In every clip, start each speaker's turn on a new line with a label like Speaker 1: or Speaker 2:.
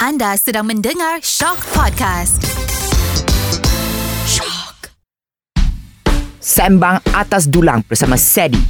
Speaker 1: Anda sedang mendengar Shock Podcast. Shock.
Speaker 2: Sembang Atas Dulang bersama Sedi.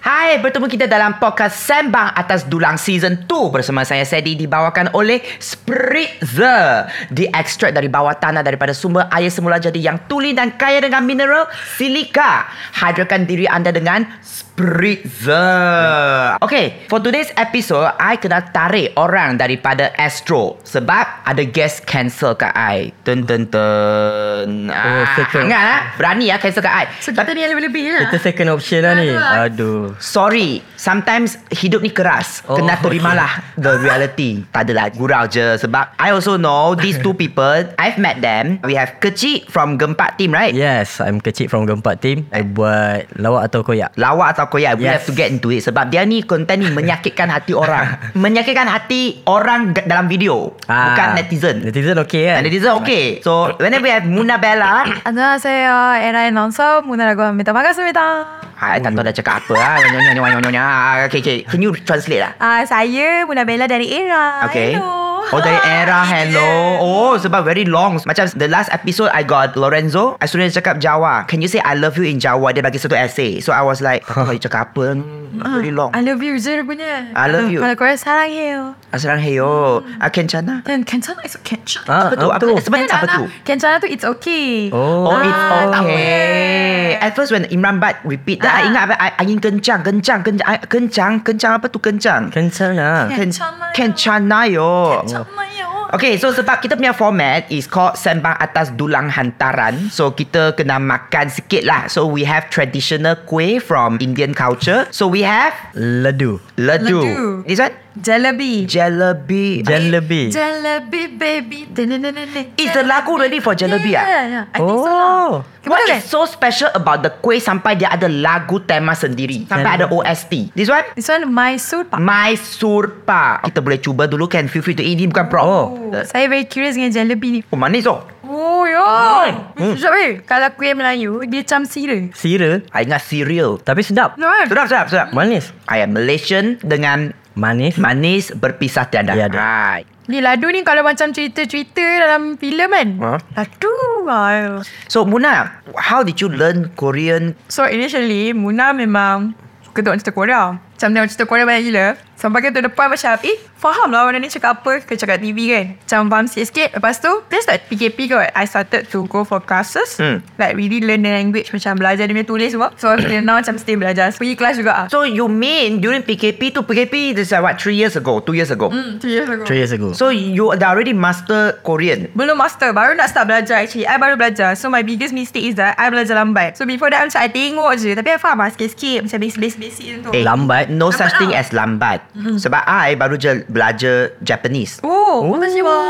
Speaker 2: Hai, bertemu kita dalam podcast Sembang Atas Dulang Season 2 bersama saya Sedi dibawakan oleh Spritzer. Diekstrak dari bawah tanah daripada sumber air semula jadi yang tuli dan kaya dengan mineral silika. Hadirkan diri anda dengan Spritzer. Okay, for today's episode, I kena tarik orang daripada Astro sebab ada guest cancel kat I. Ten ten ten.
Speaker 3: Oh,
Speaker 2: Ah,
Speaker 3: betul.
Speaker 2: hangat ah. Berani ah cancel kat I.
Speaker 3: So kita ni yang lebih-lebih je lah
Speaker 4: Kita second option lah ni Aduh
Speaker 2: Sorry Sometimes hidup ni keras oh,
Speaker 4: Oh,
Speaker 2: Kena terimalah okay. The reality Tak adalah Gurau je Sebab I also know These two people I've met them We have Kecik From Gempak Team right yeah.
Speaker 4: Yes I'm kecil from Gempak Team I buat lawak atau koyak
Speaker 2: Lawak atau koyak We
Speaker 4: Yes.
Speaker 2: have to get into it Sebab dia ni Konten ni menyakitkan hati orang Menyakitkan hati Orang d- dalam video ah. Bukan netizen
Speaker 4: Netizen okay kan
Speaker 2: And Netizen okay So whenever we have Muna Bella
Speaker 3: 안녕하세요 에라 아나운서 문화라고 합니다 반갑습니다
Speaker 2: I tak tahu dah cakap apa ah. Nyonya, nyonya, nyonya. Ah, Okay, okay Can you translate lah
Speaker 3: 아 saya Muna Bella dari Era
Speaker 2: Okay.
Speaker 3: Ah, Hello
Speaker 2: Oh dari era hello. Oh sebab very long. Macam the last episode I got Lorenzo, I suruh dia cakap Jawa. Can you say I love you in Jawa? Dia bagi satu essay. So I was like, kau tahu dia cakap apa? Hmm,
Speaker 3: Ah.
Speaker 2: Very long.
Speaker 3: I love you je punya
Speaker 2: I love you.
Speaker 3: kalau korang sa랑해요
Speaker 2: Asrang heyo. Akan cana.
Speaker 3: 난 괜찮아 it's 괜찮아
Speaker 2: Apa tu? Apa sebenarnya apa tu?
Speaker 3: 괜찮아 tu it's okay
Speaker 4: Oh,
Speaker 2: Oh, it's
Speaker 3: Ah, tak
Speaker 2: okay.
Speaker 3: boleh.
Speaker 2: At first when Imran Bad repeat that, I
Speaker 3: Ah.
Speaker 2: ingat apa? I- Angin kencang, kencang, kencang, I- kencang, kencang apa tu kencang?
Speaker 4: Kencang lah
Speaker 3: Ken- Kencana yo.
Speaker 2: Kencana yo.
Speaker 3: 괜찮아요
Speaker 2: Okay, so sebab kita punya format is called Sembang Atas Dulang Hantaran. So, kita kena makan sikit lah. So, we have traditional kuih from Indian culture. So, we have
Speaker 4: Ledu
Speaker 2: ledu.
Speaker 3: Ledu.
Speaker 2: This one?
Speaker 3: Jalebi
Speaker 2: Jalebi.
Speaker 4: Jalebi
Speaker 3: Jalebi baby Denenenene.
Speaker 2: Is the lagu ready for jalebi, ah?
Speaker 3: Yeah, yeah. I think so
Speaker 4: Oh.
Speaker 3: lah
Speaker 2: What
Speaker 3: Kemana kan?
Speaker 2: is so special about the kuih sampai dia ada lagu tema sendiri? Sampai ada OST. This one?
Speaker 3: This one Mysore Pak
Speaker 2: My Surpa. Kita boleh cuba dulu kan? Feel free to eat. Ini bukan prop. Oh.
Speaker 3: Saya very curious dengan jalebi ni
Speaker 2: Oh, manis oh.
Speaker 3: Oh yo
Speaker 2: Kan?
Speaker 3: hmm. Sekejap eh Kalau kuih Melayu Dia macam sira
Speaker 4: Sira
Speaker 2: I ingat cereal.
Speaker 4: Tapi sedap
Speaker 3: No kan?
Speaker 2: Sedap, sedap, sedap.
Speaker 4: Manis
Speaker 2: I am Malaysian dengan
Speaker 4: Manis
Speaker 2: manis berpisah tiada.
Speaker 4: Tiada.
Speaker 2: Right.
Speaker 3: Ni ladu ni Kalau macam cerita-cerita Dalam filem kan
Speaker 2: Ha?
Speaker 3: Ladu ah.
Speaker 2: So Muna, how did you learn Korean?
Speaker 3: So initially Muna memang Suka tengok cerita Korea Macam tengok cerita Korea banyak gila Sampai ke tu depan macam Eh faham lah orang ni cakap apa Ke cakap TV kan Macam faham sikit-sikit Lepas tu Then start PKP kot I started to go for classes
Speaker 2: Hmm.
Speaker 3: Like really learn the language Macam belajar dia punya tulis semua So till now macam stay belajar Pergi kelas juga ah.
Speaker 2: So you mean during PKP tu PKP this is like what three years ago, two years ago.
Speaker 3: Hmm, two years ago.
Speaker 4: 3 years ago
Speaker 2: So you dah already master Korean.
Speaker 3: Belum master Baru nak start belajar actually I baru belajar So my biggest mistake is that I belajar lambat So before that Macam I tengok je Tapi I faham lah sikit-sikit Macam basic-basic tu
Speaker 2: Eh,
Speaker 4: Lambat.
Speaker 2: No such
Speaker 3: Lambat
Speaker 2: thing
Speaker 3: lah.
Speaker 2: as lambat. Sebab I baru je belajar Japanese.
Speaker 3: Oh, oh.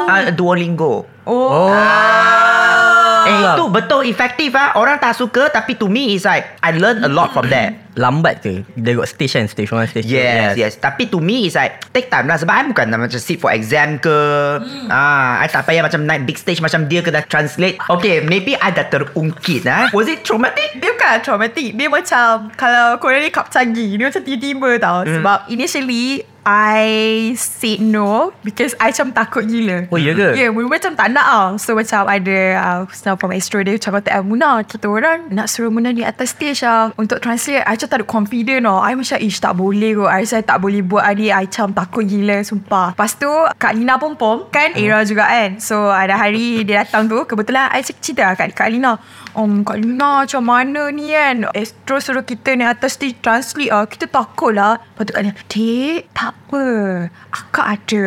Speaker 2: Ah, Duolingo.
Speaker 3: Oh.
Speaker 4: Oh
Speaker 3: Ah.
Speaker 2: Eh,
Speaker 4: Lam-
Speaker 2: itu betul efektif ah. Orang tak suka tapi to me is like I learn a lot from that.
Speaker 4: Lambat ke Dia got stage kan Stage 1 stage two.
Speaker 2: Yes, yes, yes. Tapi to me it's like take time lah sebab I bukan macam sit for exam ke. Ah, I tak payah macam naik big stage macam dia kena translate. Okay, maybe I dah terungkit ah. Was it traumatic?
Speaker 3: Dia bukan traumatic Dia macam Kalau korang ni kapcangi Dia macam tiba-tiba tau mm. Sebab initially I said no Because I macam takut gila
Speaker 4: Oh, ya ke?
Speaker 3: Ya yeah, Mula macam tak nak tau So macam ada uh, Senang from Astro dia Macam kata Muna Kita orang nak suruh Muna ni atas stage lah Untuk translate I macam tak ada confident tau I macam Ish tak boleh kot I saya tak boleh buat adik I macam takut gila Sumpah Lepas tu Kak Lina pun pom Kan Era juga kan So ada hari Dia datang tu Kebetulan I cakap cerita lah Kak, Kak Lina Om Kak Lina macam mana ni kan Astro suruh kita ni atas stage translate lah Kita takut lah Lepas tu Kak Lina Dek tak apa Akak ada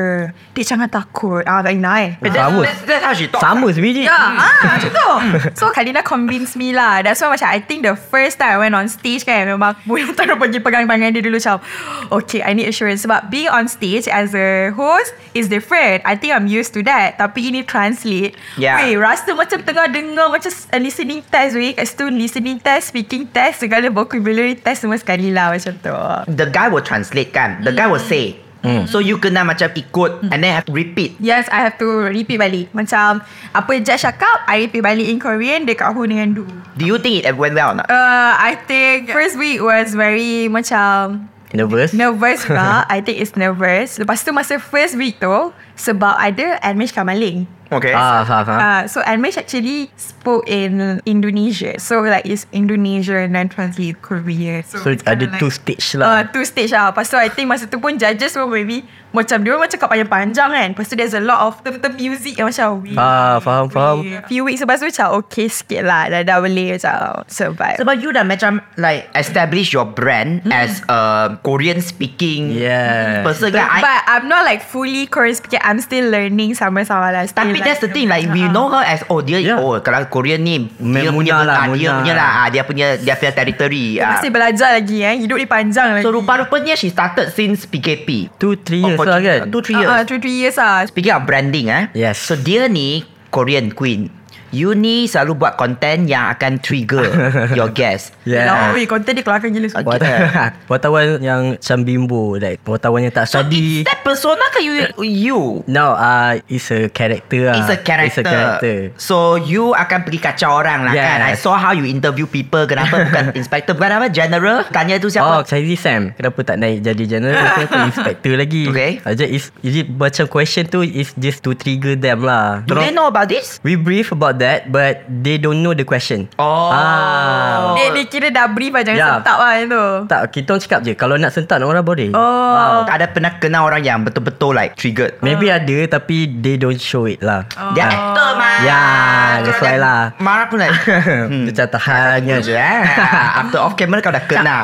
Speaker 3: Dek jangan takut Ah Kak Lina eh
Speaker 4: Sama
Speaker 2: that's how she talk.
Speaker 4: Sama sebiji
Speaker 3: Ya, ah, macam tu. So Kalina convince me lah. That's why macam I think the first time I went on stage kan memang boleh taruh pergi pegang tangan dia dulu macam okay I need assurance sebab being on stage as a host is different. I think I'm used to that. Tapi ini translate.
Speaker 2: Yeah.
Speaker 3: Weh, rasa macam tengah dengar macam s- uh, listening test weh. Kat situ listening test, speaking test, segala vocabulary test semua sekali lah macam tu.
Speaker 2: The guy will translate kan. The guy will say Mm. So you kena macam ikut mm. and then have to repeat.
Speaker 3: Yes, I have to repeat balik. Macam apa judge cakap, I repeat balik in Korean dekat aku dengan do.
Speaker 2: Do you think it went well or not?
Speaker 3: Uh, I think first week was very macam
Speaker 4: Nervous
Speaker 3: nervous lah. I think it's nervous. Lepas tu masa first week tu, sebab ada Anmesh Kamaling.
Speaker 2: Okay. Uh,
Speaker 4: Ah, faham, faham
Speaker 3: Uh, so Anmesh actually spoke in Indonesia. So like it's Indonesian and translate Korea.
Speaker 4: So
Speaker 3: it's
Speaker 4: ada
Speaker 3: kinda
Speaker 4: two stage
Speaker 3: Uh,
Speaker 4: lah
Speaker 3: two stage lah Lepas tu I think masa tu pun Judges pun maybe Macam dia orang macam kat panjang-panjang kan Lepas tu there's a lot of The, the music yang macam weird,
Speaker 4: Ah, faham, faham.
Speaker 3: weird. Few weeks lepas tu macam Okay sikit lah Dah, dah boleh macam Survive
Speaker 2: Sebab you dah macam like establish your brand mm. as a Korean speaking
Speaker 4: Yeah
Speaker 2: person
Speaker 3: But,
Speaker 2: kan. I-
Speaker 3: but I'm not like fully Korean speaking. I'm still learning sama-sama lah. Still
Speaker 2: Tapi
Speaker 3: like,
Speaker 2: that's the thing Like we know her as Oh dia
Speaker 4: Yeah.
Speaker 2: Oh kalau Korean ni Dia
Speaker 4: Memang
Speaker 2: punya
Speaker 4: Muna lah,
Speaker 2: ah, Dia
Speaker 4: Muna.
Speaker 2: punya lah ah, Dia punya Dia punya territory
Speaker 3: Kita
Speaker 2: ah.
Speaker 3: Masih belajar lagi eh. Hidup ni panjang lagi.
Speaker 2: So rupa-rupanya She started since PKP
Speaker 4: Two, three years lah kan
Speaker 2: 2-3 years
Speaker 3: Uh, two, three years lah.
Speaker 2: Speaking of branding eh.
Speaker 4: Yes.
Speaker 2: So dia ni Korean queen. You ni selalu buat content yang akan trigger your guest.
Speaker 3: Yeah. Lama
Speaker 4: Yeah
Speaker 3: weh, content dia keluarkan gila semua.
Speaker 4: Wat- Wartawan yang macam bimbo Like wartawan yang tak study
Speaker 2: That persona ke you? you?
Speaker 4: No, uh, it's a character lah.
Speaker 2: It's a character.
Speaker 4: It's a character.
Speaker 2: So you akan pergi kacau orang lah
Speaker 4: Yes.
Speaker 2: kan. I saw how you interview people. Kenapa bukan inspector? Bukan apa? General? Tanya tu
Speaker 4: Siapa? Oh,
Speaker 2: siapa?
Speaker 4: Chazzy Sam. Kenapa tak naik jadi general? Kenapa inspector lagi?
Speaker 2: Okay.
Speaker 4: Aja is, is it macam question tu is just to trigger them lah.
Speaker 2: Do they know about this?
Speaker 4: We brief about that but they don't know the question.
Speaker 2: Oh.
Speaker 4: Ah.
Speaker 3: Dia, dia kira dah brief lah. Jangan
Speaker 4: Yeah.
Speaker 3: yeah. sentap lah yang tu.
Speaker 4: Tak, kita orang cakap je. Kalau nak sentak nak orang boring.
Speaker 3: Oh.
Speaker 2: Tak ada pernah kenal orang yang betul-betul like triggered.
Speaker 4: Maybe ada tapi they don't show it lah.
Speaker 2: Dia actor mah.
Speaker 4: Ya, that's why lah.
Speaker 2: Marah pun like.
Speaker 4: Hmm. Macam tahan je.
Speaker 2: je eh. After off camera kau dah kenal.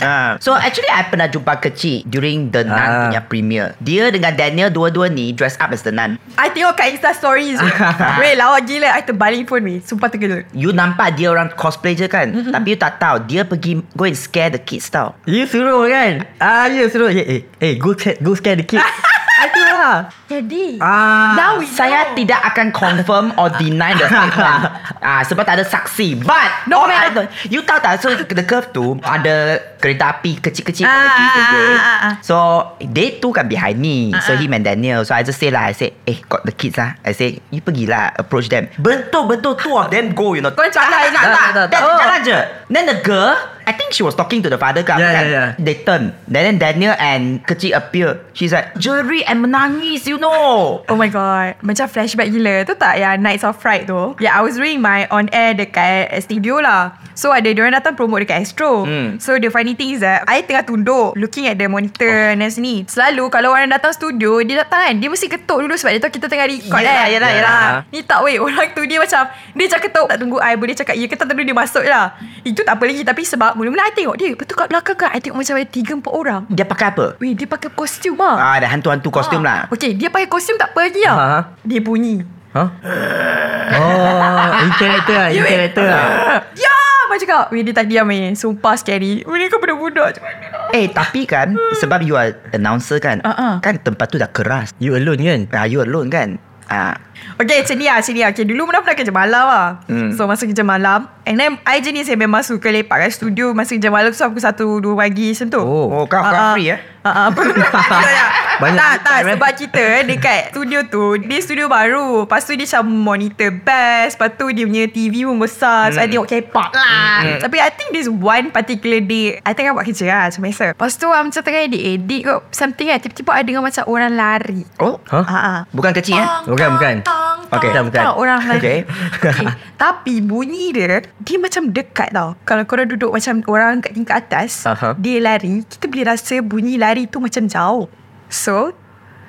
Speaker 2: Ah. so actually I pernah jumpa kecil during the Nun
Speaker 4: Ah.
Speaker 2: punya premiere. Dia dengan Daniel dua-dua ni dress up as the Nun.
Speaker 3: I tengok kat Insta stories weh. Weh, lawak gila. I terbalik pun weh. Sumpah terkejut.
Speaker 2: You nampak dia orang cosplay je kan
Speaker 4: Mm-hmm.
Speaker 2: Tapi you tak tahu Dia pergi Go and scare the kids tau
Speaker 4: You suruh kan? Ah, you suruh. Eh, eh, eh go, sca- go scare the kid. I tengok lah.
Speaker 3: Jadi.
Speaker 4: Ah.
Speaker 3: Now we
Speaker 2: Saya
Speaker 3: know.
Speaker 2: tidak akan confirm Or deny the statement ah, Sebab tak ada saksi But
Speaker 3: No
Speaker 2: all
Speaker 3: comment.
Speaker 2: I know- You tahu tak So the curve tu Ada kereta api Kecil-kecil
Speaker 3: Ah,
Speaker 2: kat kiri tu
Speaker 3: ah,
Speaker 2: je.
Speaker 3: ah, ah, ah.
Speaker 2: So They two kan behind me So him and Daniel So I just say lah I say Eh got the kids lah I say You pergilah Approach them Betul-betul Two of them go you know
Speaker 3: Kau cakap
Speaker 2: Tak,
Speaker 3: nak
Speaker 2: tak,
Speaker 3: tak.
Speaker 2: tak, tak.
Speaker 3: Oh.
Speaker 2: Jalan je Then the girl I think she was talking to the father kan
Speaker 4: Yeah,
Speaker 2: kan?
Speaker 4: yeah, yeah.
Speaker 2: They turn Then Daniel and Kecil appear She's like Jerit and menangis You know
Speaker 3: Oh my god Macam flashback gila Tu tak yang Nights of Fright tu Yeah I was doing my on air Dekat studio lah So ada diorang datang promote Dekat Astro
Speaker 2: Hmm.
Speaker 3: So the funny thing is that I tengah tunduk Looking at the monitor oh. Dan sini Selalu kalau orang datang studio Dia datang kan Dia mesti ketuk dulu Sebab dia tahu kita tengah record
Speaker 2: Yelah,
Speaker 3: kan
Speaker 2: yelah, yelah.
Speaker 3: Ni tak weh Orang tu dia macam Dia macam ketuk Tak tunggu I Boleh cakap Ya ketuk dulu dia masuk lah Itu tak apa lagi Tapi sebab mula-mula I tengok dia Lepas tu kat belakang kan I tengok macam ada 3-4 orang
Speaker 2: Dia pakai apa?
Speaker 3: Weh dia pakai kostum lah
Speaker 2: Ah, ada hantu-hantu kostum
Speaker 3: Ah.
Speaker 2: lah. Ah.
Speaker 3: Okay, dia pakai kostum tak apa lagi lah.
Speaker 4: Ha.
Speaker 3: Dia bunyi.
Speaker 4: Huh? ha? Oh, in character lah, in character lah.
Speaker 3: Ya! Mak cakap, weh dia tak diam eh. Sumpah scary. Weh kau budak-budak. Macam mana?
Speaker 2: Eh, tapi kan sebab you are announcer kan,
Speaker 3: Ah, ah.
Speaker 2: kan tempat tu dah keras.
Speaker 4: You alone kan?
Speaker 2: Ah, you alone kan? Ah,
Speaker 3: Okay, macam ni lah, macam ni lah. Okay, dulu Muna pernah kerja malam lah.
Speaker 2: Hmm.
Speaker 3: So, masa kerja malam. And then, I jenis yang memang suka lepak kat studio. Masa kerja malam tu, aku satu, dua pagi macam tu.
Speaker 4: Oh.
Speaker 2: oh, kau kau
Speaker 3: Ah, ah.
Speaker 2: free eh?
Speaker 3: Ah, ah, apa?
Speaker 4: Banyak
Speaker 3: tak, tak,
Speaker 4: cerita, eh?
Speaker 3: sebab kita dekat studio tu, dia studio baru. Lepas tu dia macam monitor best. Lepas tu dia punya TV pun besar. So, I tengok K-pop lah. Tapi I think this one particular day, I tengah buat kerja lah macam biasa. Lepas tu I macam tengah edit-edit kot. Something lah, tiba-tiba I dengar macam orang lari.
Speaker 2: Oh,
Speaker 4: Huh?
Speaker 3: Ah, ah.
Speaker 2: bukan kecil eh?
Speaker 3: Tang,
Speaker 4: Ha? Bukan,
Speaker 3: tang,
Speaker 4: bukan.
Speaker 3: tang, tang,
Speaker 4: Okey, bukan, bukan.
Speaker 3: tang. Orang lain.
Speaker 2: Okey.
Speaker 3: Okay. Tapi bunyi dia, dia macam dekat tau. Kalau korang duduk macam orang kat tingkat atas,
Speaker 4: Aha.
Speaker 3: dia lari, kita boleh rasa bunyi lari tu macam jauh. So,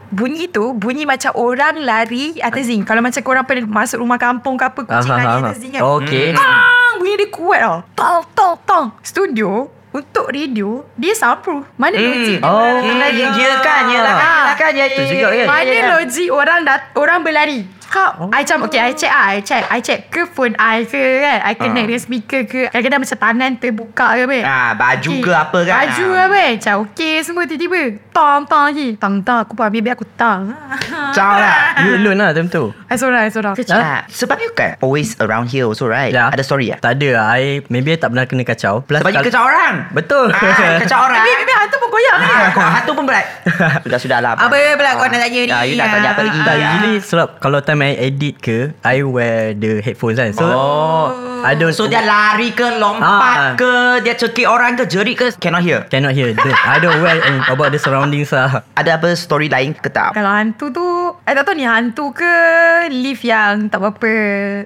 Speaker 3: bunyi tu bunyi macam orang lari atas zinc. Kalau macam korang pernah masuk rumah kampung ke apa, kucing
Speaker 4: Aha,
Speaker 3: lari
Speaker 4: aha. Oh.
Speaker 3: atas zinc kan.
Speaker 4: Okay.
Speaker 2: Hmm.
Speaker 3: Tang! Bunyi dia kuat tau. Tang, tang, tang. Studio, untuk radio, dia soundproof. Mana logik? dia
Speaker 4: Oh,
Speaker 3: orang lari?
Speaker 2: ya, ya kan, ya lah kan, ya lah kan, ya,
Speaker 4: Tu
Speaker 2: ya,
Speaker 4: juga
Speaker 2: ya,
Speaker 4: kan?
Speaker 2: ya,
Speaker 3: Mana
Speaker 2: ya.
Speaker 3: logik orang dat- orang berlari? Kau, oh. I macam Okay, I check lah I check I check ke phone I ke kan I connect uh. dengan speaker ke Kadang-kadang macam tangan terbuka ke apa
Speaker 2: Ah, baju ke apa kan?
Speaker 3: Baju ke apa Macam okay semua tiba-tiba Tang tang lagi Tang tang Aku pun ambil aku tang
Speaker 2: Ciao lah.
Speaker 4: You alone lah time tu.
Speaker 3: I sorang I sorang Kecil
Speaker 2: Ah, sebab you kan always around here also right?
Speaker 4: Ya.
Speaker 2: Ada story ya?
Speaker 4: Tak ada lah. I, maybe I tak pernah kena kacau. Plus
Speaker 2: Sebab you
Speaker 4: kal-
Speaker 2: kecil orang.
Speaker 4: Betul.
Speaker 2: Ah, kecil orang.
Speaker 3: Maybe, maybe hantu pun koyak ni.
Speaker 2: Ah, kau- Hatu pun berat Sudah-sudah lah
Speaker 3: Apa pula kau nak tanya ni?
Speaker 2: Ah, You nak
Speaker 3: Ah,
Speaker 2: tanya apa lagi
Speaker 3: ah,
Speaker 4: Tak,
Speaker 3: ah.
Speaker 4: usually sebab kalau time I edit ke, I wear the headphones kan. So,
Speaker 2: Oh.
Speaker 4: I don't...
Speaker 2: So dia lari ke Lompat
Speaker 4: Ah.
Speaker 2: ke Dia cekik orang ke Jerit ke Cannot hear
Speaker 4: Cannot hear. The, I don't wear um, about the surroundings lah.
Speaker 2: Ada apa story lain ke tak
Speaker 3: Kalau hantu tu I tak tahu ni hantu ke Lift yang tak berapa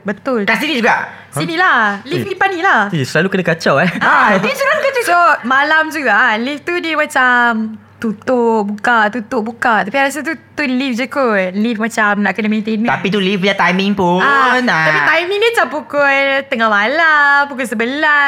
Speaker 3: Betul
Speaker 2: Kat sini juga
Speaker 3: Sini lah Lift
Speaker 4: Eh.
Speaker 3: depan ni lah
Speaker 4: Eh, selalu kena kacau eh.
Speaker 3: Ah, dia selalu kerja So malam juga ah, Lift tu dia macam Tutup Buka Tutup buka Tapi I rasa tu Tu lift je kot Lift macam Nak kena maintain
Speaker 2: Tapi tu leave dia timing pun ah,
Speaker 3: Ah, Tapi timing dia macam pukul Tengah malam Pukul 11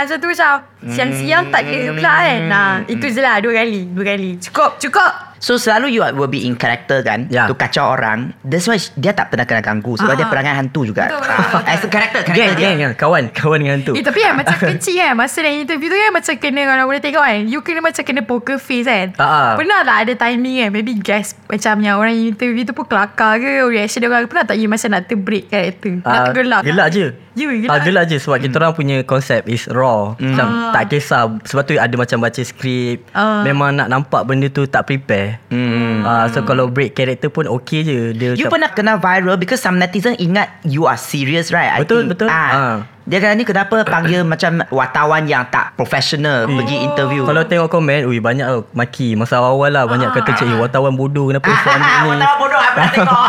Speaker 3: Macam tu macam Siang-siang tak kira pula kan
Speaker 2: Hmm,
Speaker 3: nah, Itu je lah Dua kali Dua kali Cukup Cukup
Speaker 2: So selalu you will be in character kan To
Speaker 4: Ya.
Speaker 2: kacau orang That's why dia tak pernah kena ganggu Sebab
Speaker 3: Ah,
Speaker 2: dia
Speaker 3: ah.
Speaker 2: perangai hantu juga
Speaker 3: Betul, betul, betul.
Speaker 2: As a character, character
Speaker 4: Gang,
Speaker 2: dia.
Speaker 4: gang, gang. Kawan, kawan dengan tu.
Speaker 3: Eh tapi kan macam kecil kan Masa dalam interview tu kan Macam kena Kalau boleh tengok kan You kena macam kena poker face kan
Speaker 4: Ah, ah.
Speaker 3: Pernah tak ada timing kan Maybe guess Macam yang orang interview tu pun Kelakar ke Reaction dia orang Pernah tak you macam nak terbreak karakter Nak
Speaker 4: Ah,
Speaker 3: tergelak
Speaker 4: Gelak je
Speaker 3: You
Speaker 4: Ah,
Speaker 3: gelak
Speaker 4: gelak je sebab kita orang punya konsep is raw. Macam tak kisah. Sebab tu ada macam baca skrip.
Speaker 3: Ah.
Speaker 4: Memang nak nampak benda tu tak prepare. Hmm. Ah, so kalau break character pun okay je. Dia
Speaker 2: You
Speaker 4: macam,
Speaker 2: pernah kena viral Because some netizen ingat You are serious right I
Speaker 4: Betul,
Speaker 2: think,
Speaker 4: betul. Ah.
Speaker 2: ah. Dia kata ni kenapa panggil macam Wartawan yang tak professional Pergi interview
Speaker 4: Hmm. kalau tengok komen, ui banyak tau maki. Masa awal-awal lah banyak kata cik, "Eh, wartawan bodoh kenapa
Speaker 2: Ah,
Speaker 4: suami ni.
Speaker 2: Wartawan bodoh Apa nak tengok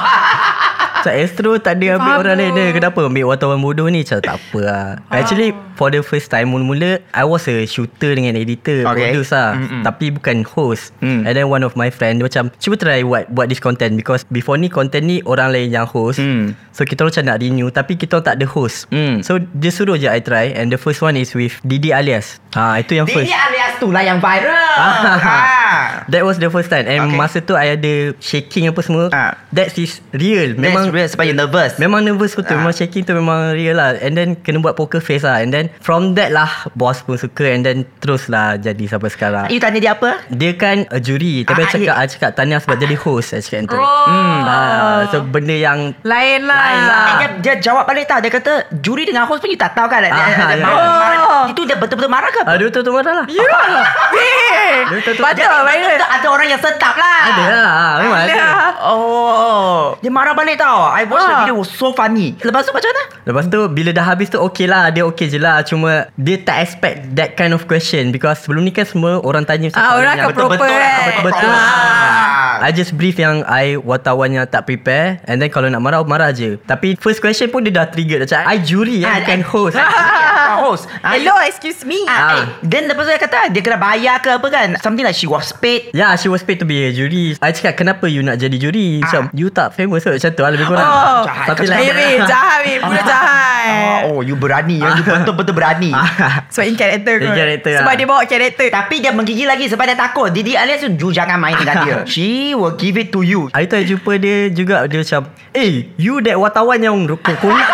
Speaker 4: Macam Astro tak ada ambil
Speaker 3: Faham
Speaker 4: orang lain
Speaker 3: tu.
Speaker 4: dia. Kenapa ambil wartawan bodoh ni? Macam tak apa lah. Actually, for the first time mula-mula, I was a shooter dengan
Speaker 2: Okay.
Speaker 4: editor, okay. produce lah.
Speaker 2: Mm-mm.
Speaker 4: Tapi bukan host.
Speaker 2: Mm.
Speaker 4: And then one of my friend, dia macam, cuba try buat, buat this content. Because before ni, content ni orang lain yang host.
Speaker 2: Mm.
Speaker 4: So, kita orang macam nak renew. Tapi kita orang tak ada host.
Speaker 2: Mm.
Speaker 4: So, dia suruh je I try. And the first one is with Didi Alias. Ha, itu yang first.
Speaker 2: Dini alias tu lah yang viral
Speaker 4: Ah.
Speaker 2: ah.
Speaker 4: That was the first time And
Speaker 2: Okay.
Speaker 4: okay. masa tu I ada Shaking apa semua
Speaker 2: Ah.
Speaker 4: That is real
Speaker 2: Memang
Speaker 4: Memang
Speaker 2: That's real sebab you nervous
Speaker 4: Memang nervous
Speaker 2: Ah.
Speaker 4: betul ha. Memang shaking tu memang real lah And then kena buat poker face lah And then from that lah Boss pun suka And then terus lah jadi sampai sekarang
Speaker 2: You tanya dia apa
Speaker 4: Dia kan uh, juri Tapi
Speaker 2: Ah,
Speaker 4: I cakap
Speaker 2: ah,
Speaker 4: I cakap Tahniah sebab jadi host I cakap tu
Speaker 3: Oh.
Speaker 4: hmm, ah, So benda yang
Speaker 3: Lain lah
Speaker 2: Lain lah. Dia, dia jawab balik tak Dia kata Juri dengan host pun You tak tahu kan dia,
Speaker 4: Ah,
Speaker 2: dia, dia
Speaker 4: ya.
Speaker 2: marah,
Speaker 3: Oh.
Speaker 2: marah. Itu dia betul-betul marah ke apa?
Speaker 4: Aduh tu tu marah lah
Speaker 3: You lah Weh
Speaker 4: Dia betul-betul-
Speaker 3: Patut
Speaker 2: lah,
Speaker 3: viral
Speaker 2: Ada, ada orang yang sedap lah
Speaker 4: Ada lah Memang ada,
Speaker 3: Ada.
Speaker 2: Oh Dia marah balik tau I watch the
Speaker 3: Ah.
Speaker 2: video was So funny Lepas tu macam mana?
Speaker 4: Lepas tu bila dah habis tu okay lah Dia okay je lah Cuma dia tak expect that kind of question Because sebelum ni kan semua orang tanya macam
Speaker 3: Ah,
Speaker 4: soalan
Speaker 3: orang
Speaker 4: yang
Speaker 3: akan proper
Speaker 2: lah,
Speaker 3: eh.
Speaker 4: Betul.
Speaker 2: Ah.
Speaker 4: I just brief yang I wartawan yang tak prepare And then kalau nak marah Marah je Tapi first question pun Dia dah trigger Macam I juri
Speaker 2: Ah,
Speaker 4: ya Bukan
Speaker 2: I-
Speaker 4: host
Speaker 2: Ah, Host Ah,
Speaker 3: Hello excuse me
Speaker 2: ah,
Speaker 4: Ah.
Speaker 2: eh, Then lepas tu dia kata Dia kena bayar ke apa kan Something like she was paid
Speaker 4: Yeah she was paid to be a jury I cakap kenapa you nak jadi juri Macam you tak famous kot Macam tu lah lebih kurang
Speaker 3: Oh,
Speaker 2: jahat.
Speaker 4: Tapi lah,
Speaker 2: Kau
Speaker 4: eh, like
Speaker 3: Weh weh jahat weh Budak jahat
Speaker 2: Ah, Oh you berani ya. You betul-betul berani
Speaker 3: Sebab in character
Speaker 4: In
Speaker 3: kot.
Speaker 4: character
Speaker 3: Sebab
Speaker 4: Ah, lah.
Speaker 3: dia bawa character
Speaker 2: Tapi dia menggigil lagi Sebab dia takut Didi Alias tu You jangan main dengan dia She will give it to you
Speaker 4: Hari tu I jumpa dia juga Dia macam Eh you that wartawan yang Rukuk kulit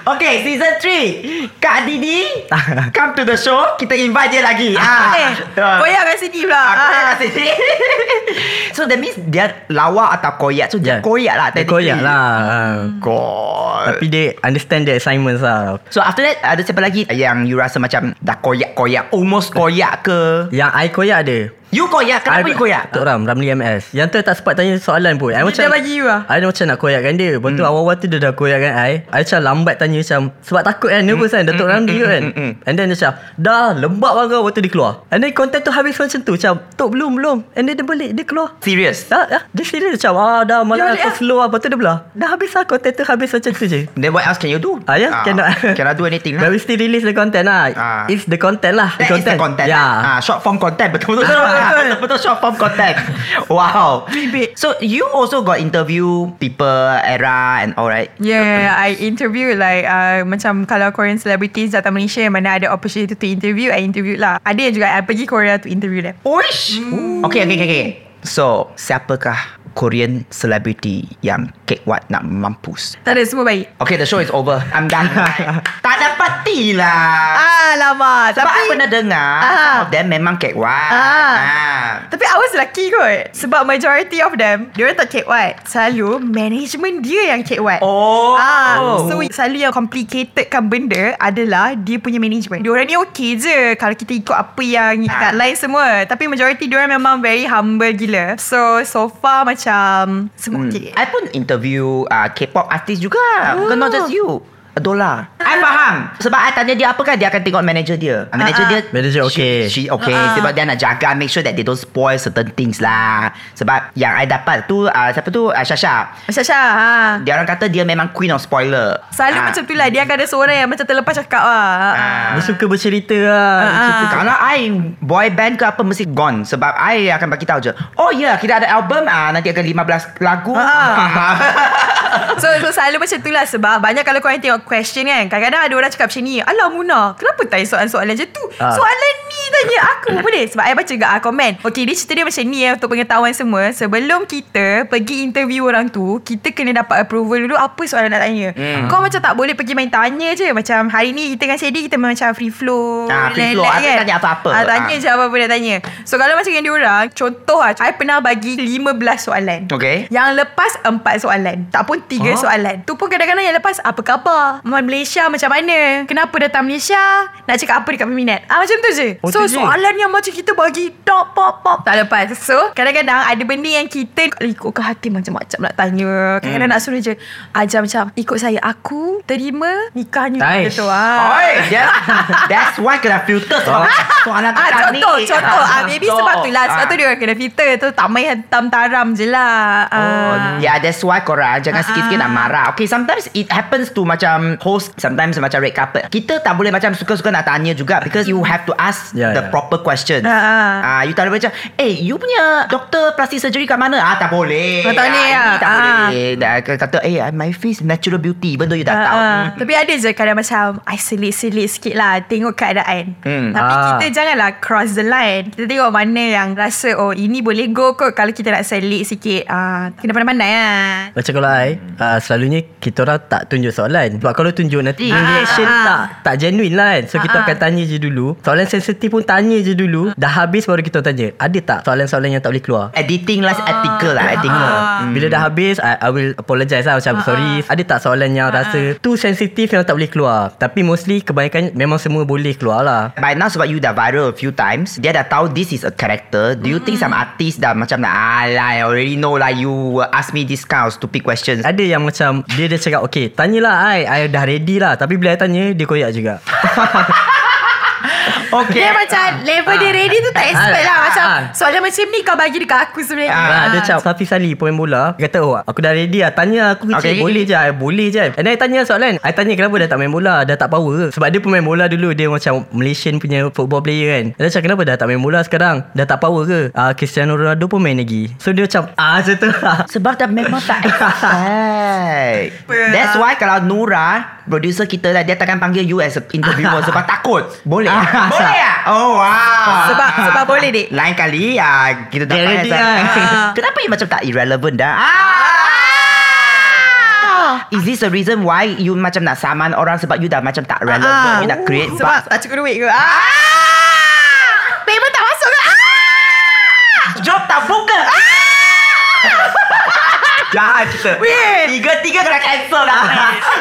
Speaker 2: Okay, season 3. Kak Didi, come to the show. Kita invite dia lagi. Ah.
Speaker 3: Eh Koyak kat sini pula
Speaker 2: Ah, koyak
Speaker 3: Ah.
Speaker 2: kat sini. so that means dia lawa atau koyak. So dia
Speaker 4: Yeah.
Speaker 2: koyak lah.
Speaker 4: Ya. Dia
Speaker 2: technically.
Speaker 4: koyak lah Ah.
Speaker 2: God.
Speaker 4: Tapi dia understand the assignments lah
Speaker 2: So after that, ada siapa lagi yang you rasa macam dah koyak-koyak, almost koyak ke?
Speaker 4: Yang I koyak ada
Speaker 2: You koyak, kenapa
Speaker 4: I-
Speaker 2: you koyak?
Speaker 4: Tok Ram Ramli MS Yang tu I tak sempat tanya soalan pun I
Speaker 3: Dia
Speaker 4: macam
Speaker 3: dah bagi you lah.
Speaker 4: I dah macam nak koyakkan dia Lepas
Speaker 2: Hmm.
Speaker 4: tu awal-awal tu Dia dah koyakkan I I macam lambat tanya macam Sebab takut kan Nervous kan Datuk Ramli
Speaker 2: mm,
Speaker 4: kan
Speaker 2: mm, mm,
Speaker 4: And then dia macam Dah lembab lah kau Lepas tu dia keluar And then content tu habis macam tu Macam Tok belum belum And then dia balik Dia keluar
Speaker 2: Serious.
Speaker 4: Ah, ah, dia serius macam ah, Dah malam aku
Speaker 3: balik ah.
Speaker 4: slow lah Lepas tu dia belah Dah habis lah Content tu habis macam tu je
Speaker 2: Then what else can you do?
Speaker 4: Ah, yeah, cannot.
Speaker 2: Cannot do anything lah.
Speaker 4: But we still release the content lah
Speaker 2: Ah.
Speaker 4: It's the content Ah, lah
Speaker 2: That is the content ah,
Speaker 4: Yeah
Speaker 2: Short form content Betul-betul Betul-betul short form content Wow So you also got interview People Era and all right
Speaker 3: Yeah, I interview like uh, macam kalau Korean celebrities datang Malaysia yang mana ada opportunity to interview, I interview lah.
Speaker 2: Mm.
Speaker 3: Ada yang juga I pergi Korea to interview them.
Speaker 2: Oish Okay okay okay, okay. So Siapakah Korean celebrity yang kek wat nak mampus?
Speaker 3: Tak ada semua baik
Speaker 2: Okay, the show is over. I'm done. tak dapat ti lah.
Speaker 3: Alamak
Speaker 2: Sebab
Speaker 3: Ah, Tapi
Speaker 2: aku pernah dengar
Speaker 3: Ah.
Speaker 2: Some of them memang kek wat.
Speaker 3: Ah.
Speaker 2: Ah.
Speaker 3: Tapi I was lucky kot Sebab majority of them Diorang tak cake white Selalu Management dia yang cake white
Speaker 2: Oh.
Speaker 3: Ah, so selalu yang complicatedkan benda adalah dia punya management. Diorang ni okey je kalau kita ikut apa yang
Speaker 2: Ah.
Speaker 3: kat lain semua. Tapi majority diorang memang very humble gila. So so far macam semua okey.
Speaker 2: Hmm. I pun interview uh, K-pop artist juga.
Speaker 3: Ah.
Speaker 2: Oh. Bukan not just you. Adola. I faham. Sebab I tanya dia apa kan, dia akan tengok manager dia. Manager
Speaker 3: Ah,
Speaker 2: dia...
Speaker 3: ah.
Speaker 4: Manager okay.
Speaker 2: She, she okay. Sebab dia nak jaga, make sure that they don't spoil certain things lah. Sebab yang I dapat tu, uh, siapa tu? Uh, Shasha.
Speaker 3: Macam Syah ha.
Speaker 2: Dia orang kata dia memang queen of spoiler.
Speaker 3: Selalu
Speaker 2: Ah.
Speaker 3: macam tu lah Dia akan ada seorang yang macam terlepas cakap lah
Speaker 2: Ah.
Speaker 4: Dia suka bercerita lah
Speaker 3: Ah,
Speaker 2: Cerita Kalau I boy band ke apa mesti gone sebab I akan bagi tahu je. Oh ya, yeah, kita ada album ah nanti akan 15 lagu.
Speaker 3: Ah. So, so selalu macam tu lah Sebab banyak kalau korang tengok question kan Kadang-kadang ada orang cakap macam ni Alah Muna Kenapa tanya soalan-soalan macam tu
Speaker 4: Ah.
Speaker 3: Soalan ni tanya aku boleh Sebab I baca kat ah, komen Okay dia cerita dia macam ni eh Untuk pengetahuan semua Sebelum kita pergi interview orang tu Kita kena dapat approval dulu Apa soalan nak tanya hmm. Kau macam tak boleh pergi main tanya je Macam hari ni kita dengan Sadie Kita macam free flow
Speaker 2: Ah, free
Speaker 3: relax
Speaker 2: flow. Aku tanya apa-apa.
Speaker 3: ah, Tanya
Speaker 2: Ah.
Speaker 3: je apa-apa nak tanya So kalau macam yang diorang Contoh lah I pernah bagi 15 soalan
Speaker 2: Okay.
Speaker 3: yang lepas empat soalan Tak pun tiga
Speaker 4: Ha?
Speaker 3: soalan Tu pun kadang-kadang yang lepas Apa khabar Main Malaysia macam mana Kenapa datang Malaysia Nak cakap apa dekat peminat ah, Macam tu je
Speaker 4: Oh,
Speaker 3: So
Speaker 4: tu je.
Speaker 3: soalan yang macam kita bagi Top pop pop Tak lepas So kadang-kadang ada benda yang kita Ikut ke hati macam-macam nak tanya Kadang-kadang
Speaker 4: Hmm.
Speaker 3: nak suruh je Ajar macam Ikut saya Aku terima nikahnya
Speaker 4: Nice.
Speaker 3: Gitu, ah.
Speaker 2: Oi, that's, that's why kena filter sebab soalan
Speaker 3: Ah,
Speaker 2: kita ni.
Speaker 3: contoh, contoh. Ah, maybe sebab tu lah. Sebab
Speaker 2: Ah.
Speaker 3: tu dia orang kena filter. Tu tak main hentam taram je lah.
Speaker 4: Oh,
Speaker 3: Ah.
Speaker 2: Yeah, that's why korang jangan sikit-sikit nak marah. Okay, sometimes it happens to macam host, sometimes macam red carpet. Kita tak boleh macam suka-suka nak tanya juga because you have to ask
Speaker 4: Yeah,
Speaker 2: the
Speaker 4: yeah.
Speaker 2: proper questions.
Speaker 3: Ah, ah.
Speaker 2: Ah, you tak boleh macam, eh, you punya doktor plastik surgery kat mana? Ah, tak boleh.
Speaker 3: Oh, tak boleh,
Speaker 2: Ah, ini
Speaker 3: ah.
Speaker 2: tak
Speaker 3: Ah.
Speaker 2: boleh. Dah kata, eh, my face natural beauty, even though you dah
Speaker 3: Ah,
Speaker 2: tahu.
Speaker 3: ah.
Speaker 2: Hmm.
Speaker 3: Tapi ada je kadang macam I selit-selit sikit lah Tengok keadaan
Speaker 2: Hmm.
Speaker 3: Tapi
Speaker 4: Ah.
Speaker 3: kita janganlah cross the line Kita tengok mana yang rasa Oh ini boleh go kot Kalau kita nak selit sikit ah, Kena pandai-pandai lah
Speaker 4: Macam kalau I uh, Selalunya Kita orang tak tunjuk soalan Sebab kalau tunjuk Nanti
Speaker 2: Ah,
Speaker 4: reaction
Speaker 3: ah, ah.
Speaker 4: tak Tak genuine lah kan So kita
Speaker 3: ah. Hmm.
Speaker 4: akan tanya je dulu Soalan sensitif pun Tanya je dulu Dah habis baru kita tanya Ada tak soalan-soalan Yang tak boleh keluar
Speaker 2: Editing lah,
Speaker 3: Ah,
Speaker 2: ethical lah, ethical.
Speaker 4: Hmm. Bila dah habis I, I will apologize lah
Speaker 3: Ah,
Speaker 4: Macam sorry Ada tak soalan yang rasa Too sensitif yang tak boleh keluar Tapi mostly Kebanyakan memang semua boleh keluar lah
Speaker 2: By now sebab you dah viral a few times Dia dah tahu this is a character Do you mm. think some
Speaker 3: Hmm.
Speaker 2: artist dah macam like, Alah I already know lah You will ask me this kind of stupid questions
Speaker 4: Ada yang macam Dia dah cakap Okay tanyalah I I dah ready lah Tapi bila I tanya Dia koyak juga
Speaker 2: Okay
Speaker 3: Dia macam level dia ready tu tak expect lah
Speaker 4: Ah.
Speaker 3: Macam
Speaker 4: Ah.
Speaker 3: soalan macam ni kau bagi dekat aku sebenarnya
Speaker 4: Ah, dia cakap Safi Sali pemain bola Dia kata oh aku dah ready lah Tanya aku kecil
Speaker 2: Okay, okay,
Speaker 4: okay, boleh je I boleh je And then I tanya soalan I tanya kenapa dah tak main bola Dah tak power ke Sebab dia pemain bola dulu Dia macam Malaysian punya football player kan Dia cakap kenapa dah tak main bola sekarang Dah tak power ke Ah Cristiano Ronaldo pun main lagi So dia macam Ah macam tu lah
Speaker 2: Sebab dah memang tak expect That's why kalau Nura Producer kita lah Dia takkan panggil you as a interviewer Sebab takut Boleh Boleh ya? Oh wow
Speaker 3: Ah, Sebab sebab boleh dek
Speaker 2: Lain kali ya, Kita tak
Speaker 4: Dia
Speaker 2: payah
Speaker 4: ready
Speaker 2: tak-
Speaker 4: lah.
Speaker 2: Ah. Kenapa you macam tak irrelevant dah ah. Is this the reason why You macam nak saman orang Sebab you dah macam tak relevant You nak create
Speaker 3: Ah, oh. Sebab
Speaker 2: buzz
Speaker 3: tak cukup duit ke ah. Payment tak masuk ke ah.
Speaker 2: Job tak buka Ah! Jahat kita
Speaker 3: Weh.
Speaker 2: Tiga-tiga kena cancel dah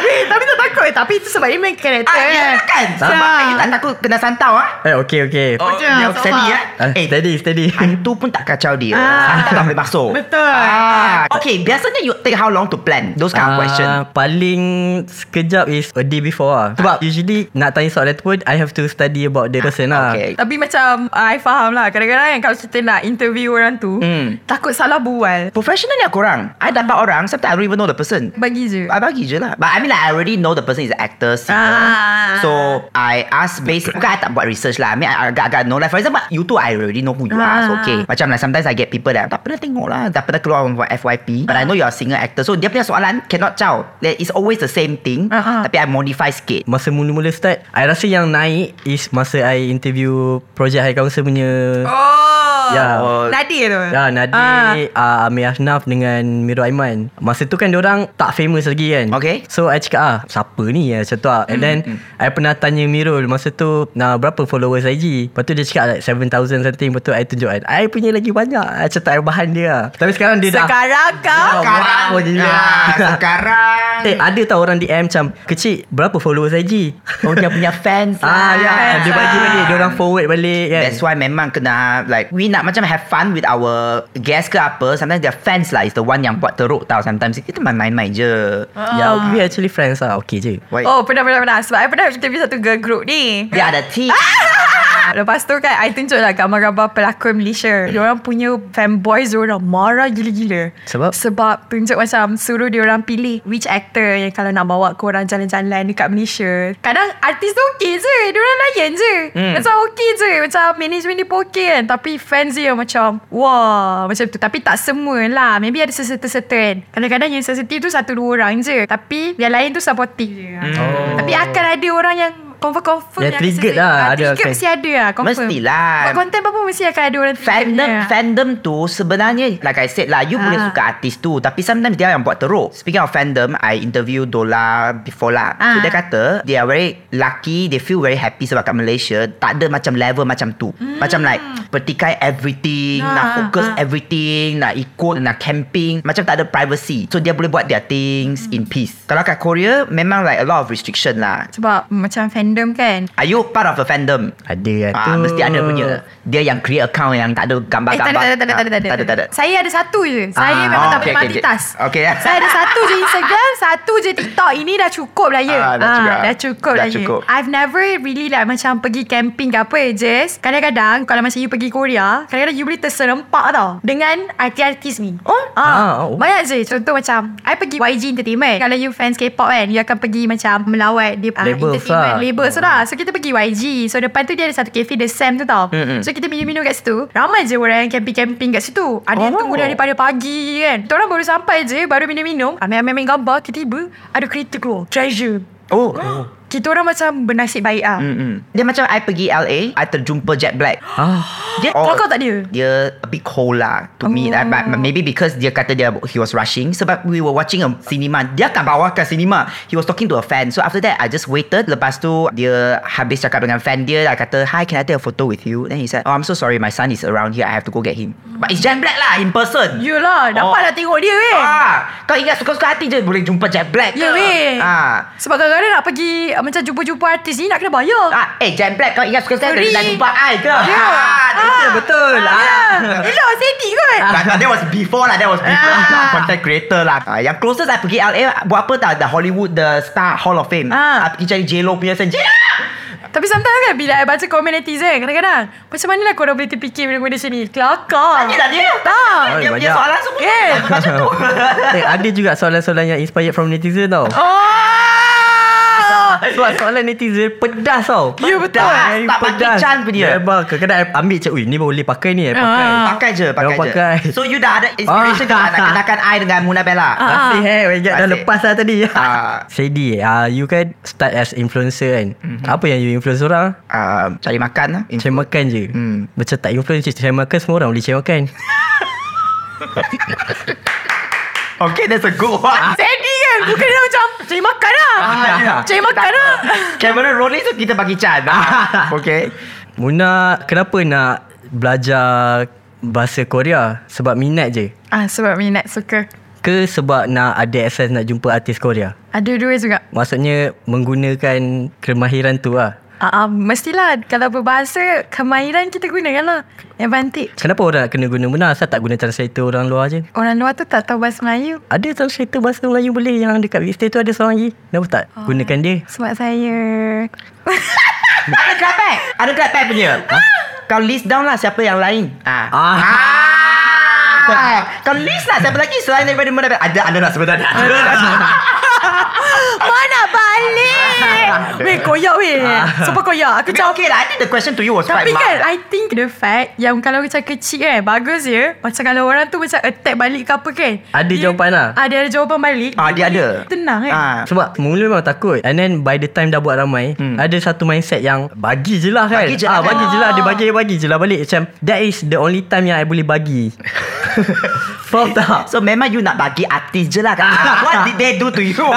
Speaker 3: Weh, Tapi tak takut Tapi itu sebab dia main karakter
Speaker 2: Ah, you
Speaker 3: kan.
Speaker 2: kan Sebab
Speaker 3: Ya.
Speaker 2: you tak takut kena santau ah.
Speaker 4: Eh okay okay
Speaker 2: Oh,
Speaker 3: Macam,
Speaker 2: yang steady
Speaker 3: sabar.
Speaker 2: ya.
Speaker 4: Ah,
Speaker 2: Eh,
Speaker 4: steady steady
Speaker 2: hantu pun tak kacau dia.
Speaker 3: Ah.
Speaker 2: Santau tak boleh masuk.
Speaker 3: Betul.
Speaker 2: Ah. Okay, biasanya you take how long to plan those kind of
Speaker 4: Ah,
Speaker 2: question?
Speaker 4: Paling sekejap is a day before lah Sebab usually nak tanya soalan tu pun I have to study about the person lah
Speaker 2: Okay.
Speaker 3: Tapi macam I faham lah Kadang-kadang kan Kalau kita nak interview orang tu
Speaker 2: Hmm.
Speaker 3: Takut salah bual
Speaker 2: Professional ni aku orang. I dapat orang, sometimes I don't even know the person.
Speaker 3: Bagi je
Speaker 4: Ya.
Speaker 2: I bagi je lah But I mean like I already know The person is an actor singer
Speaker 3: Ah.
Speaker 2: So I ask based Bukan I tak buat research lah I mean I agak-agak know Like for example You two I already know Who you are So
Speaker 3: Ah.
Speaker 2: okay Macam like sometimes I get people that Tak pernah tengok lah Tak pernah keluar From FYP But I know you're a singer actor So dia punya soalan Cannot chow Like, It's always the same thing
Speaker 3: Ah, ah.
Speaker 2: Tapi I modify sikit
Speaker 4: Masa mula-mula start I rasa yang naik Is masa I interview Projek High Council punya
Speaker 3: Oh
Speaker 4: Ya.
Speaker 2: Oh.
Speaker 3: Nadir tu.
Speaker 4: Ya, Nadir,
Speaker 3: Ah.
Speaker 4: ah. Amir Ashnaf dengan Miro Aiman. Masa tu kan orang tak famous lagi kan.
Speaker 2: Okay.
Speaker 4: So, I cakap, ah, siapa ni ya? Macam tu lah. And then, I pernah tanya Mirul masa tu, nah, berapa followers IG? Lepas tu dia cakap like 7,000 something. Lepas tu, I tunjuk kan. I punya lagi banyak. I macam tak ada bahan dia lah. Tapi sekarang dia dah...
Speaker 3: Sekarang kau
Speaker 4: Wow.
Speaker 2: Sekarang
Speaker 4: Wow, gila.
Speaker 2: ah, Sekarang
Speaker 4: Eh, ada tau orang DM macam, kecil, berapa followers IG?
Speaker 2: Oh dia punya fans
Speaker 4: ah, ya.
Speaker 3: fans
Speaker 4: Dia bagi
Speaker 3: lah.
Speaker 4: balik. Dia orang forward balik kan.
Speaker 2: That's why memang kena like we nak macam have fun with our guests ke apa. Sometimes their fans lah is the one yang buat teruk tau. Sometimes kita main-main je. Ya,
Speaker 3: Ah.
Speaker 4: Yeah, Ya, we actually friends lah. Okay je.
Speaker 2: Why?
Speaker 3: Oh pernah pernah pernah Sebab I pernah interview satu girl group ni
Speaker 2: Dia
Speaker 4: ah!
Speaker 2: ada team.
Speaker 3: Lepas tu kan I tunjuk lah gambar-gambar pelakon Malaysia Diorang punya fanboys diorang marah gila-gila
Speaker 4: Sebab?
Speaker 3: Sebab tunjuk macam suruh diorang pilih Which actor yang kalau nak bawa korang jalan-jalan dekat Malaysia Kadang artis tu okey je Diorang layan je hmm. Macam okey je Macam management dia pun okey kan Tapi fans dia macam Wah macam tu Tapi tak semua lah Maybe ada seserta-serta kan Kadang-kadang yang sensitif tu satu dua orang je Tapi yang lain tu supportive je
Speaker 2: Hmm.
Speaker 4: Oh.
Speaker 3: Tapi akan ada orang yang Confirm-confirm
Speaker 4: Yang triggered
Speaker 3: sensitif.
Speaker 4: lah, ada
Speaker 3: Ah, Triggered
Speaker 4: akan-
Speaker 3: mesti ada lah confirm.
Speaker 2: Mestilah.
Speaker 3: Buat content apa pun mesti akan ada orang
Speaker 2: Fandom
Speaker 3: triggered
Speaker 2: fandom tu sebenarnya like I said lah you boleh
Speaker 3: Ah.
Speaker 2: suka artis tu tapi sometimes dia yang buat teruk. Speaking of fandom, I interview Dola before lah. So
Speaker 3: Ah.
Speaker 2: dia kata they are very lucky, they feel very happy sebab kat Malaysia tak ada macam level macam tu. Macam like pertikai everything,
Speaker 3: Hmm. Ah,
Speaker 2: nak
Speaker 3: ah,
Speaker 2: fokus
Speaker 3: ah.
Speaker 2: everything, nak ikut, nak camping, macam tak ada privacy. So dia boleh buat their things
Speaker 3: Hmm.
Speaker 2: in peace. Kalau kat Korea memang like a lot of restriction lah.
Speaker 3: Sebab macam fandom kan
Speaker 2: Are you part of a fandom?
Speaker 4: Ada lah tu.
Speaker 2: Ah, mesti ada punya Dia yang create account Yang tak ada
Speaker 3: Eh tak ada
Speaker 2: gambar-gambar
Speaker 3: tak ada tak ada tak ada,
Speaker 2: Ah, tak ada
Speaker 3: Saya ada satu je Saya
Speaker 2: Ah,
Speaker 3: memang tak
Speaker 2: okay,
Speaker 3: boleh
Speaker 2: okay,
Speaker 3: multitask
Speaker 2: okay. Okay.
Speaker 3: Saya ada satu je Instagram Satu je TikTok Ini dah cukup lah ya
Speaker 2: Ah, dah cukup.
Speaker 3: Dah cukup
Speaker 2: Dah
Speaker 3: lah ya
Speaker 2: cukup.
Speaker 3: I've never really like Macam pergi camping ke apa eh, Jess Kadang-kadang Kalau macam you pergi Korea Kadang-kadang you boleh terserempak tau Dengan artis-artis ni Oh
Speaker 4: Ah,
Speaker 3: ah,
Speaker 4: oh.
Speaker 3: Banyak je Contoh macam I pergi YG Entertainment Kalau you fans K-pop kan You akan pergi macam Melawat dia, ah,
Speaker 4: Labels
Speaker 3: entertainment
Speaker 4: lah.
Speaker 3: Label so dah So kita pergi YG So depan tu dia ada satu cafe The Sam tu tau
Speaker 2: Mm-mm.
Speaker 3: So kita minum-minum kat situ Ramai je orang yang camping-camping kat situ Ada yang
Speaker 2: Oh.
Speaker 3: tunggu daripada pagi kan Kita orang baru sampai je Baru minum-minum Ambil-ambil gambar Tiba-tiba Ada kereta keluar Treasure
Speaker 2: Oh, oh.
Speaker 3: Kita orang macam Bernasib baik lah mm.
Speaker 2: Mm-mm. Dia macam I pergi LA I terjumpa Jet Black
Speaker 4: Ah.
Speaker 2: Dia
Speaker 3: kelakar tak dia?
Speaker 2: Dia a bit cold lah To me
Speaker 3: Oh.
Speaker 2: like, but Maybe because Dia kata dia He was rushing Sebab we were watching a cinema Dia kat bawah kat cinema He was talking to a fan So after that I just waited Lepas tu Dia habis cakap dengan fan dia I kata Hi can I take a photo with you Then he said Oh I'm so sorry My son is around here I have to go get him But it's Jet Black lah In person
Speaker 3: Yelah Dapat
Speaker 2: Oh.
Speaker 3: lah tengok dia kan
Speaker 2: Ah, kau ingat suka-suka hati je boleh jumpa Jet Black ke?
Speaker 3: Ya weh
Speaker 2: Ah.
Speaker 3: Sebab kadang-kadang nak pergi uh, Macam jumpa-jumpa artis ni Nak kena bayar
Speaker 2: Ah, eh Jet Black kau ingat suka-suka
Speaker 3: Sorry.
Speaker 2: hati nak jumpa I ke?
Speaker 3: Ya.
Speaker 2: Ah,
Speaker 4: Betul, betul. Ah.
Speaker 3: ah. Yelah kan? sedih kot
Speaker 2: But, but that was before lah That was before
Speaker 3: Ah.
Speaker 2: Content creator lah ah, Yang closest I pergi LA Buat apa tau The Hollywood The Star Hall of Fame
Speaker 3: Ah.
Speaker 2: I pergi cari J-Lo punya sen J-Lo
Speaker 3: Tapi sometimes kan Bila I baca komen netizen Kadang-kadang Macam mana lah korang boleh terfikir Bila benda macam ni Kelakar
Speaker 2: Tanya lah dia
Speaker 3: Tak
Speaker 2: Dia
Speaker 4: Oh,
Speaker 2: punya
Speaker 4: banyak.
Speaker 2: soalan semua
Speaker 3: Eh.
Speaker 2: Macam tu
Speaker 4: Eh, ada juga soalan-soalan yang inspired from netizen tau.
Speaker 3: Oh
Speaker 4: Sebab soalan netizen pedas tau.
Speaker 3: Ya, betul.
Speaker 4: Very
Speaker 2: Tak pakai can pun dia.
Speaker 4: Ya, bang. Kadang-kadang I ambil cakap, "Ui, ni boleh pakai ni. I pakai.
Speaker 3: Ah.
Speaker 2: Pakai je Pakai
Speaker 4: Memang
Speaker 2: je
Speaker 4: pakai.
Speaker 2: So you dah ada Inspiration ke
Speaker 4: Ah.
Speaker 2: Nak kenakan I dengan Muna Bella
Speaker 3: Ah.
Speaker 4: Masih eh, Wajak dah
Speaker 2: Masih.
Speaker 4: lepas lah tadi.
Speaker 2: Ah.
Speaker 4: Sadie, ah, you kan start as influencer kan.
Speaker 3: Mhm.
Speaker 4: Apa yang you influence orang?
Speaker 2: Ah, Cari makan lah
Speaker 4: Cari makan je.
Speaker 2: Hmm.
Speaker 4: Macam tak influence je. Cari makan semua orang boleh cari makan.
Speaker 2: Okay that's a good one
Speaker 3: Sedih kan Bukan dia macam Cari makan lah
Speaker 2: Ah, ya.
Speaker 3: Cari makan lah
Speaker 2: Camera rolling tu kita bagi can Ah, Okay
Speaker 4: Muna, kenapa nak belajar bahasa Korea? Sebab minat je?
Speaker 3: Ah sebab minat suka
Speaker 4: Ke sebab nak ada access nak jumpa artis Korea?
Speaker 3: Ada dua juga
Speaker 4: Maksudnya menggunakan kemahiran tu lah.
Speaker 3: Ah, ah, mestilah kalau berbahasa kemahiran kita gunakan lah advantage
Speaker 4: Kenapa orang nak kena guna Muna? Asal tak guna translator orang luar je?
Speaker 3: orang luar tu tak tahu bahasa Melayu
Speaker 4: Ada translator bahasa Melayu boleh yang dekat Vietnam tu ada seorang lagi. Kenapa tak oh. gunakan dia?
Speaker 3: sebab saya
Speaker 2: Ada grab bag Ada grab bag punya Kau list down lah Siapa yang lain ah.
Speaker 4: Ah.
Speaker 2: Ah. Kau list lah Siapa lagi Selain daripada Mona Bella Ada ada lah sebenarnya
Speaker 3: Mana balik Weh koyak weh Sumpah koyak Aku
Speaker 2: Tapi
Speaker 3: macam
Speaker 2: okay lah. I think the question to you was
Speaker 3: Tapi
Speaker 2: quite
Speaker 3: kan
Speaker 2: marked.
Speaker 3: I think the fact Yang kalau macam kecil kan Bagus je Macam kalau orang tu Macam attack balik ke apa kan
Speaker 4: Ada
Speaker 3: Dia-
Speaker 4: jawapan lah.
Speaker 3: Ada ada jawapan balik
Speaker 2: Ah, dia ada.
Speaker 3: Tenang kan
Speaker 2: Ah.
Speaker 4: Sebab mula memang takut And then by the time dah buat ramai hmm. Ada satu mindset yang Bagi je lah kan
Speaker 2: Bagi je lah
Speaker 4: ah,
Speaker 2: kan.
Speaker 4: Bagi je lah Dia bagi bagi je lah balik Macam That is the only time yang I boleh bagi Faham tak?
Speaker 2: So memang you nak bagi artis je lah kan? What did they do to you?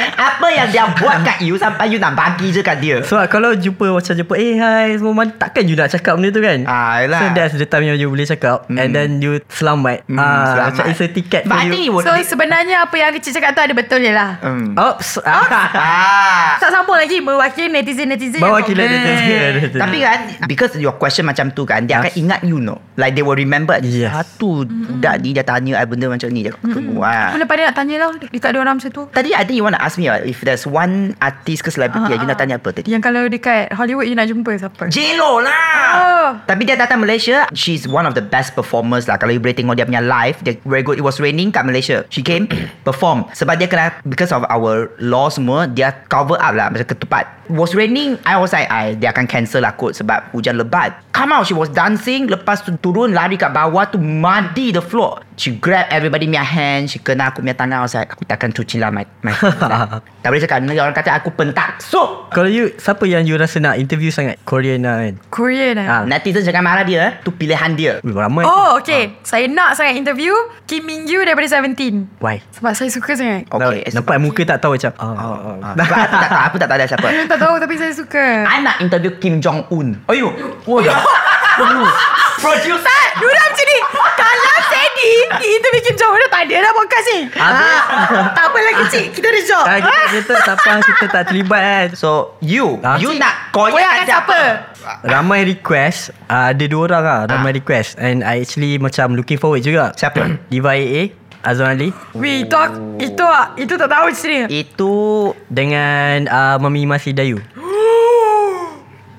Speaker 2: Apa yang dia buat kat you sampai you nak bagi je kat dia?
Speaker 4: Sebab kalau jumpa macam jumpa Eh hai semua mana Takkan you nak cakap benda tu kan
Speaker 2: Ah, yelah.
Speaker 4: So that's the time yang you boleh cakap hmm. And then you selamat
Speaker 2: Hmm,
Speaker 4: ah,
Speaker 2: selamat.
Speaker 4: Macam it's a ticket
Speaker 2: But
Speaker 4: for
Speaker 2: I
Speaker 4: you
Speaker 2: think it would...
Speaker 3: So sebenarnya Apa yang kecil cakap tu Ada betul je lah
Speaker 2: Hmm.
Speaker 4: Oops
Speaker 2: Ah.
Speaker 3: Tak sambung lagi Mewakili netizen-netizen
Speaker 4: Bawa
Speaker 3: yang
Speaker 4: kila dia
Speaker 3: komen.
Speaker 4: tu
Speaker 2: Tapi kan Because your question macam tu kan Dia akan ingat you know Like they will remember
Speaker 4: Yes.
Speaker 2: Satu Budak ni dia tanya I benda macam ni Dia mm Wah
Speaker 3: Mana pandai nak tanya lah Dekat dia orang macam tu
Speaker 2: Tadi I think you want to ask me uh, If there's one artist ke celebrity uh,
Speaker 3: Ah,
Speaker 2: You nak tanya apa tadi?
Speaker 3: Yang kalau dekat Hollywood You nak jumpa siapa
Speaker 2: J-Lo lah
Speaker 3: Oh.
Speaker 2: Tapi dia datang Malaysia She's one of the best performers lah Kalau you boleh tengok dia punya live Dia very good It was raining kat Malaysia She came perform Sebab dia kena Because of our law semua Dia cover up lah Macam ketupat Was raining I was like I, Dia akan cancel lah kot Sebab hujan lebat Come out She was dancing Lepas tu turun Lari kat bawah tu Mandi the floor She grab everybody punya hand She kena aku punya tangan I was like Aku takkan cuci lah my, my Tak boleh cakap Nanti Orang kata aku pentak So
Speaker 4: Kalau you Siapa yang you rasa nak interview sangat Korean lah kan
Speaker 3: Korean eh
Speaker 4: Ah.
Speaker 2: Netizen jangan marah dia eh. Tu pilihan dia
Speaker 4: Ui, Ramai
Speaker 3: Oh okay Saya nak sangat interview Kim Min Yoo daripada 17
Speaker 4: Why?
Speaker 3: Sebab saya suka sangat
Speaker 2: Okay
Speaker 4: Nampak- nampak muka tak tahu macam oh, oh, oh.
Speaker 2: Ah, sebab aku tak tahu, aku tak tahu dia siapa.
Speaker 3: Tak tahu tapi saya suka
Speaker 2: I nak interview Kim Jong Un. Ayo. Oh ya. Producer.
Speaker 3: Nura macam ni Kalau Sadie Di interview Kim Jong Un Tak ada dah podcast ni
Speaker 4: Habis.
Speaker 3: Ah, Tak apalah kecil Kita ada job
Speaker 4: Ah, kita, kita tak faham Kita tak terlibat kan so,
Speaker 2: So you,
Speaker 4: Ah.
Speaker 2: you
Speaker 4: Cik,
Speaker 2: nak
Speaker 3: Koyakkan
Speaker 2: koyak
Speaker 3: siapa
Speaker 4: Ramai request uh, Ada dua orang lah Ramai request And I actually Macam looking forward juga Hmm.
Speaker 2: Siapa?
Speaker 4: Diva AA Azwan Ali
Speaker 3: Weh itu aku- Itu ah, Itu tak tahu cerita
Speaker 2: Itu
Speaker 4: Dengan uh, Mami Masih Dayu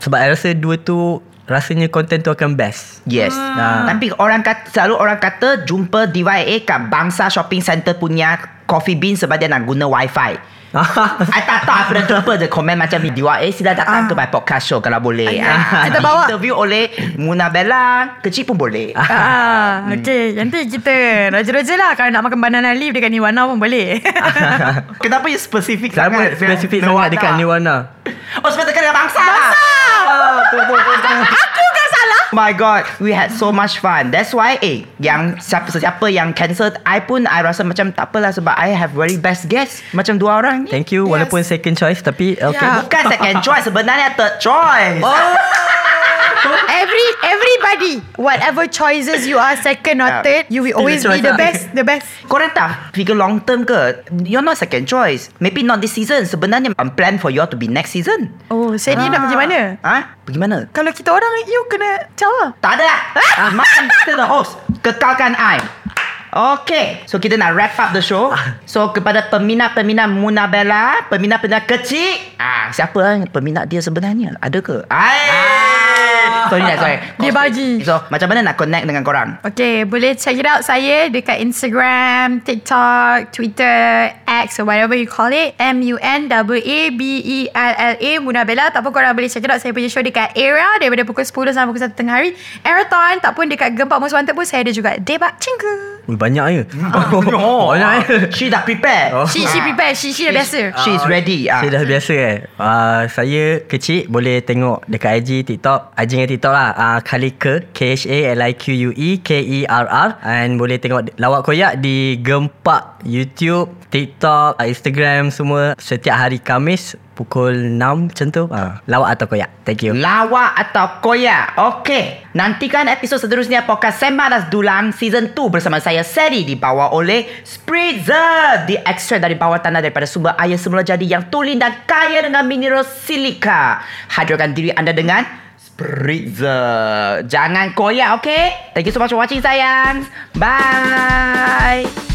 Speaker 4: Sebab I rasa dua tu Rasanya content tu akan best
Speaker 2: Yes
Speaker 4: Ah.
Speaker 2: Tapi orang kata Selalu orang kata Jumpa DYA kat Bangsa Shopping Centre punya Coffee Bean Sebab dia nak guna wifi I tak tahu I pernah jumpa je Komen macam ni DYA sila datang ke my podcast show Kalau boleh
Speaker 3: Ah,
Speaker 2: Di
Speaker 3: kita bawa.
Speaker 2: Interview oleh Muna Bella Kecil pun boleh
Speaker 3: Ah, okay. Nanti kita raja-raja lah. Kalau nak makan banana leaf dekat Niwana pun boleh.
Speaker 2: Kenapa you spesifik
Speaker 4: Sama
Speaker 2: sangat
Speaker 4: spesifik
Speaker 2: Dengan warna?
Speaker 4: sangat dekat Niwana
Speaker 2: Oh sebab tekan dengan bangsa Ah, Bangsa
Speaker 3: Aku kan salah.
Speaker 2: Oh My god We had so much fun That's why Eh Yang siapa-siapa yang cancel I pun I rasa macam tak apalah Sebab I have very best guest Macam dua orang ni
Speaker 4: Thank you
Speaker 3: Yes.
Speaker 4: Walaupun second choice Tapi okay
Speaker 3: Yeah.
Speaker 2: Bukan second choice Sebenarnya third choice oh.
Speaker 3: Every everybody, whatever choices you are, second or
Speaker 2: Ah,
Speaker 3: third, you will
Speaker 4: still
Speaker 3: always
Speaker 4: the choice
Speaker 3: be the
Speaker 4: lah.
Speaker 3: best, the best.
Speaker 2: Korang tak Fikir long term ke You're not second choice Maybe not this season Sebenarnya I'm plan for you all to be next season
Speaker 3: Oh, Sadie nak pergi mana?
Speaker 2: Ha? Pergi mana?
Speaker 3: Kalau kita orang, you kena tell lah.
Speaker 2: Tak ada lah ah, Macam kita the host Kekalkan I Okay So kita nak wrap up the show So kepada peminat-peminat Muna Bella Peminat-peminat kecil ah, Siapa lah peminat dia sebenarnya Ada ke? Ah. Sorry lah sorry
Speaker 3: Dia bagi.
Speaker 2: So macam mana nak connect dengan korang?
Speaker 3: Okay, boleh check it out saya dekat Instagram, TikTok, Twitter, X or whatever you call it. E M-U-N-A-A-B-E-L-L-A, Munabella. Tak pun korang boleh check it out saya punya show dekat Era daripada pukul 10 sampai pukul 1 tengah hari. Arathon, tak pun dekat Gempak Most Wanted pun saya ada juga. Debak Cinggu.
Speaker 4: Ui, banyak je Oh, Banyak je
Speaker 2: She dah prepare Ah.
Speaker 4: Oh.
Speaker 3: She, she prepare, she, she dah biasa.
Speaker 2: She's ready ah.
Speaker 4: Saya dah biasa eh uh, Saya kecil Boleh tengok Dekat IG TikTok IG dengan TikTok lah uh, Kalika K-H-A-L-I-Q-U-E K-E-R-R E And boleh tengok Lawak Koyak Di Gempak YouTube TikTok uh, Instagram Semua Setiap hari Kamis Pukul 6 Macam tu uh, Lawak atau Koyak Thank you
Speaker 2: Lawa atau koyak Okey Nantikan episod seterusnya Podcast Semanas Dulang Season 2 Bersama saya Seri Dibawa oleh Spritzer Di ekstrak dari bawah tanah Daripada sumber air semula jadi Yang tulen dan kaya dengan mineral silika Hadirkan diri anda dengan Spritzer Jangan koyak okey Thank you so much for watching sayang Bye